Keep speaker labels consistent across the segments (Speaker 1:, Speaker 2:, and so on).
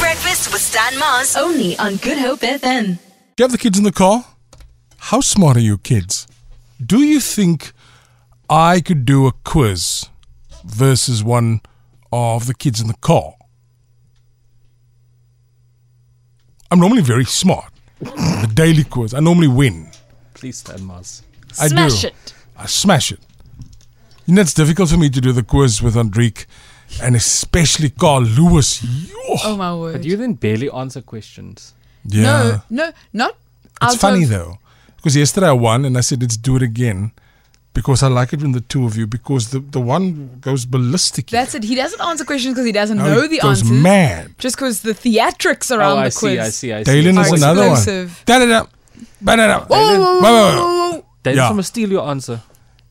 Speaker 1: Breakfast with Stan Mars.
Speaker 2: Only on Good Hope FM.
Speaker 3: Do you have the kids in the car? How smart are your kids? Do you think I could do a quiz versus one of the kids in the car? I'm normally very smart. the daily quiz, I normally win.
Speaker 4: Please stand, Mars.
Speaker 3: I
Speaker 5: Smash
Speaker 3: do.
Speaker 5: it.
Speaker 3: I smash it. You know, it's difficult for me to do the quiz with Andrique and especially Carl Lewis. Yo.
Speaker 5: Oh my word.
Speaker 4: But you then barely answer questions.
Speaker 3: yeah.
Speaker 5: No, no, not.
Speaker 3: It's
Speaker 5: out
Speaker 3: funny
Speaker 5: of-
Speaker 3: though, because yesterday I won and I said, let's do it again because I like it when the two of you, because the, the one goes ballistic.
Speaker 5: That's it. He doesn't answer questions because he doesn't
Speaker 3: No,
Speaker 5: know
Speaker 3: it
Speaker 5: the
Speaker 3: goes
Speaker 5: answers.
Speaker 3: mad.
Speaker 5: Just because the theatrics around
Speaker 4: oh, I
Speaker 5: the quiz.
Speaker 4: see, I see, I see.
Speaker 3: Dalen
Speaker 5: Are
Speaker 3: is another one.
Speaker 5: explosive.
Speaker 3: Da-da-da. Ba-da-da.
Speaker 5: Whoa, whoa, whoa,
Speaker 3: Ba-ba-ba.
Speaker 5: whoa, whoa, whoa.
Speaker 4: Dalen's
Speaker 3: Yeah.
Speaker 4: gonna steal your answer.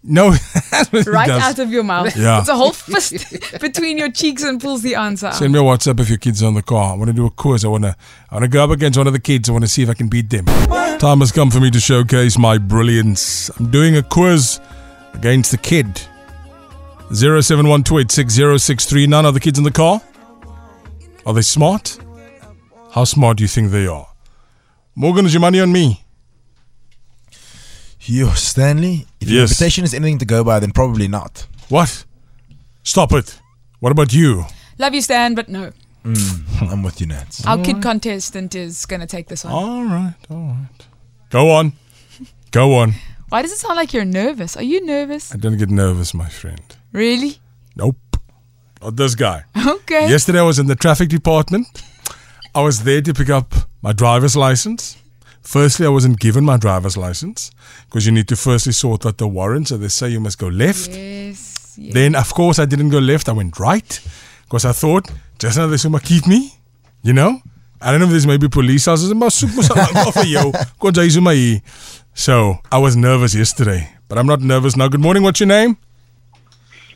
Speaker 3: No, that's what he
Speaker 5: Right
Speaker 3: does.
Speaker 5: out of your mouth.
Speaker 3: Yeah.
Speaker 5: It's a whole fist between your cheeks and pulls the answer out.
Speaker 3: Send me a WhatsApp if your kids are on the car. I want to do a quiz. I want to. I want to go up against one of the kids. I want to see if I can beat them. Time has come for me to showcase my brilliance. I'm doing a quiz against the kid. Zero seven one two eight six zero six three nine. Are the kids in the car? Are they smart? How smart do you think they are? Morgan, is your money on me?
Speaker 6: Yo, Stanley, if your
Speaker 3: Yes.
Speaker 6: reputation is anything to go by, then probably not.
Speaker 3: What? Stop it. What about you?
Speaker 5: Love you, Stan, but no.
Speaker 6: I'm with you, Nats.
Speaker 5: Our
Speaker 3: Oh.
Speaker 5: kid contestant is going to take this one.
Speaker 3: All right. All right. Go on. Go on.
Speaker 5: Why does it sound like you're nervous? Are you nervous?
Speaker 3: I don't get nervous, my friend.
Speaker 5: Really?
Speaker 3: Nope. Not this guy.
Speaker 5: Okay.
Speaker 3: Yesterday I was in the traffic department. I was there to pick up my driver's license. Firstly, I wasn't given my driver's license because you need to firstly sort out the warrant. So they say you must go left.
Speaker 5: Yes. yes.
Speaker 3: Then, of course, I didn't go left. I went right because I thought, just now they saw my keep me, you know? I don't know if there's maybe police houses in my super yo. God, they saw my- So I was nervous yesterday, but I'm not nervous now. Good morning. What's your name?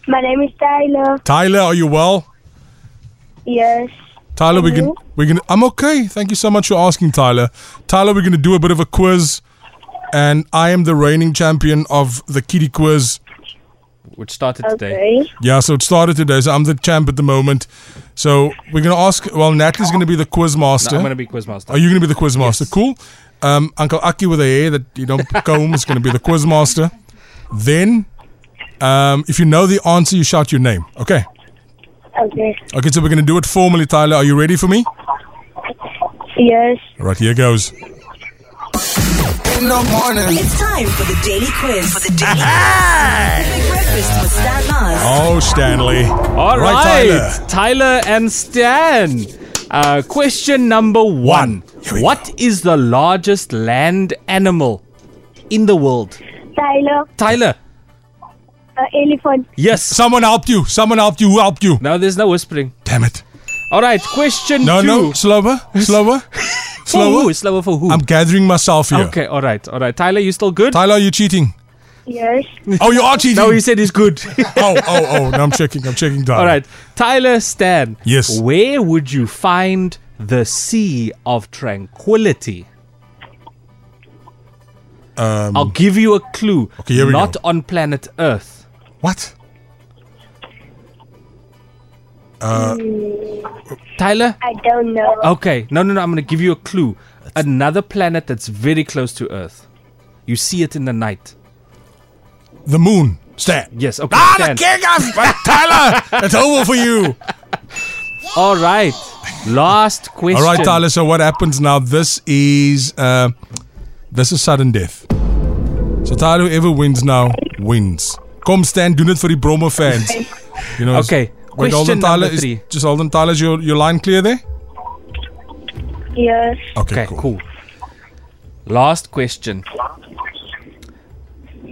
Speaker 7: My name is Tyler.
Speaker 3: Tyler, are you well?
Speaker 7: Yes.
Speaker 3: Tyler, we can
Speaker 7: Hello?
Speaker 3: we can. I'm okay. Thank you so much for asking, Tyler. Tyler, we're gonna do a bit of a quiz, and I am the reigning champion of the kiddie quiz.
Speaker 4: Which started today.
Speaker 7: Okay.
Speaker 3: Yeah, so it started today, so I'm the champ at the moment. So we're gonna ask. Well, Natalie's gonna be the quiz master.
Speaker 4: No, I'm gonna be quizmaster.
Speaker 3: Are you gonna be the quiz master? Cool. Um, Uncle Aki with a hair that you don't comb is gonna be the quiz master. Then, um, if you know the answer, you shout your name. Okay.
Speaker 7: Okay.
Speaker 3: Okay. So we're gonna do it formally, Tyler. Are you ready for me?
Speaker 7: Yes.
Speaker 3: All right. Here goes.
Speaker 1: It's time for the daily quiz. For the daily quiz. Big Breakfast with Stan Mars.
Speaker 3: Oh, Stanley.
Speaker 4: All
Speaker 3: right,
Speaker 4: right,
Speaker 3: Tyler.
Speaker 4: Tyler. and Stan. Uh, question number one:
Speaker 3: Here we
Speaker 4: What is the largest land animal in the world?
Speaker 7: Tyler,
Speaker 4: Tyler.
Speaker 7: uh, elephant.
Speaker 4: Yes.
Speaker 3: Someone helped you. Someone helped you. Who helped you?
Speaker 4: Now there's no whispering.
Speaker 3: Damn it.
Speaker 4: All right. Question
Speaker 3: No,
Speaker 4: two.
Speaker 3: no. Slower. Slower.
Speaker 4: For
Speaker 3: Slower.
Speaker 4: who? Slower for who?
Speaker 3: I'm gathering myself here.
Speaker 4: Okay. All right. All right. Tyler, you still good?
Speaker 3: Tyler, are you cheating?
Speaker 7: Yes.
Speaker 3: Oh, you are cheating.
Speaker 4: No, he said he's good.
Speaker 3: oh, oh, oh. No, I'm checking. I'm checking Tyler.
Speaker 4: All right, Tyler Stan.
Speaker 3: Oh. Yes.
Speaker 4: Where would you find the Sea of Tranquility?
Speaker 3: Um,
Speaker 4: I'll give you a clue.
Speaker 3: Okay, here we
Speaker 4: Not
Speaker 3: go.
Speaker 4: on planet Earth.
Speaker 3: What?
Speaker 4: Tyler?
Speaker 7: I don't know.
Speaker 4: Okay. No, no, no. I'm going to give you a clue. Another planet that's very close to Earth. You see it in the night.
Speaker 3: The moon. Stan.
Speaker 4: Yes. Okay.
Speaker 3: Ah, the
Speaker 4: Stan.
Speaker 3: king of Tyler. It's over for you.
Speaker 4: All right. Last question.
Speaker 3: All right, Tyler. So what happens now? This is uh, this is sudden death. So Tyler, whoever wins now wins. Come, Stan. Do it for the Bromo fans. You know.
Speaker 4: Okay.
Speaker 3: Wait, hold on,
Speaker 4: Question
Speaker 3: Tyler.
Speaker 4: number
Speaker 3: Is-
Speaker 4: three.
Speaker 3: just hold on, Tyler. Is your, your line clear there?
Speaker 7: Yes.
Speaker 3: Okay,
Speaker 4: Okay, cool. Last question.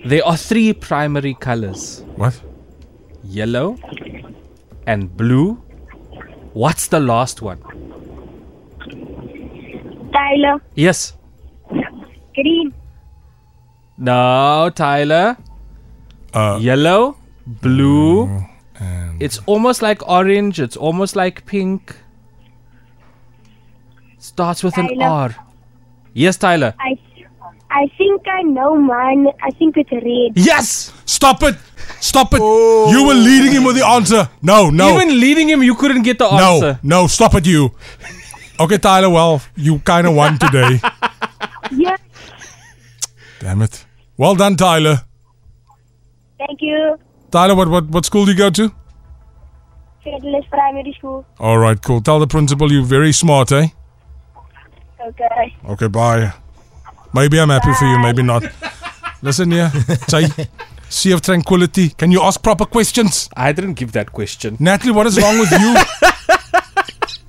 Speaker 4: There are three primary colors
Speaker 3: What?
Speaker 4: yellow and blue. What's the last one?
Speaker 7: Tyler,
Speaker 4: Yes.
Speaker 7: green.
Speaker 4: No, Tyler.
Speaker 3: Uh,
Speaker 4: Yellow, blue. It's almost like orange. It's almost like pink. Starts with an
Speaker 7: Tyler.
Speaker 4: R. Yes, Tyler.
Speaker 7: I, I think I know mine. I think it's red.
Speaker 4: Yes!
Speaker 3: Stop it! Stop it! You were leading him with the answer. No, no,
Speaker 4: Even leading him, you couldn't get the
Speaker 3: no,
Speaker 4: answer.
Speaker 3: no! Stop it, you. Okay, Tyler, well, you kind of won today.
Speaker 7: Yes.
Speaker 3: Damn it. Well done, Tyler.
Speaker 7: Thank you.
Speaker 3: Tyler, what, what, what school do you go to?
Speaker 7: Federalist Primary School.
Speaker 3: All right, cool. Tell the principal you're very smart, eh?
Speaker 7: Okay.
Speaker 3: Okay, bye. Maybe I'm happy for you, maybe not. Listen here, say, sea of tranquility. Can you ask proper questions?
Speaker 4: I didn't give that question.
Speaker 3: Natalie, what is wrong with you?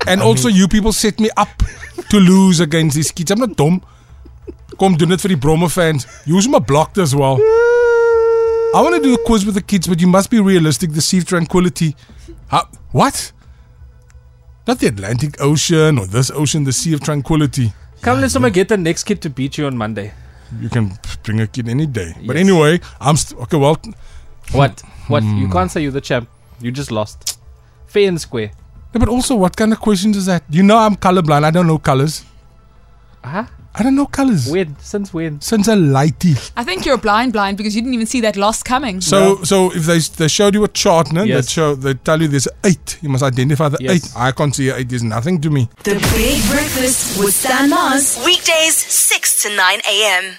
Speaker 3: and also, you people set me up to lose against these kids. I'm not dumb. Come do it for the Bromo fans. Use my blocked as well. I want to do a quiz with the kids, but you must be realistic. The sea of tranquility. How- what? Not the Atlantic Ocean or this ocean, the sea of tranquility.
Speaker 4: Come, let's someone get the next kid to beat you on Monday.
Speaker 3: You can bring a kid any day. But anyway, I'm st- okay. Well, t-
Speaker 4: What? What? You can't say you're the champ. You just lost. Fair and square.
Speaker 3: yeah, but also, what kind of questions is that? You know, I'm colorblind. I don't know colors.
Speaker 4: Huh?
Speaker 3: I don't know colors.
Speaker 4: When? Since when?
Speaker 3: Since a lighty.
Speaker 5: I think you're blind, blind because you didn't even see that loss coming.
Speaker 3: So, so if they they showed you a chart, no,
Speaker 4: Yes.
Speaker 3: they show they tell you there's eight. You must identify the
Speaker 4: Yes.
Speaker 3: eight. I can't see eight. There's nothing to me.
Speaker 1: The Big Breakfast with Stan Mars.
Speaker 2: Weekdays, 6 to 9 a.m.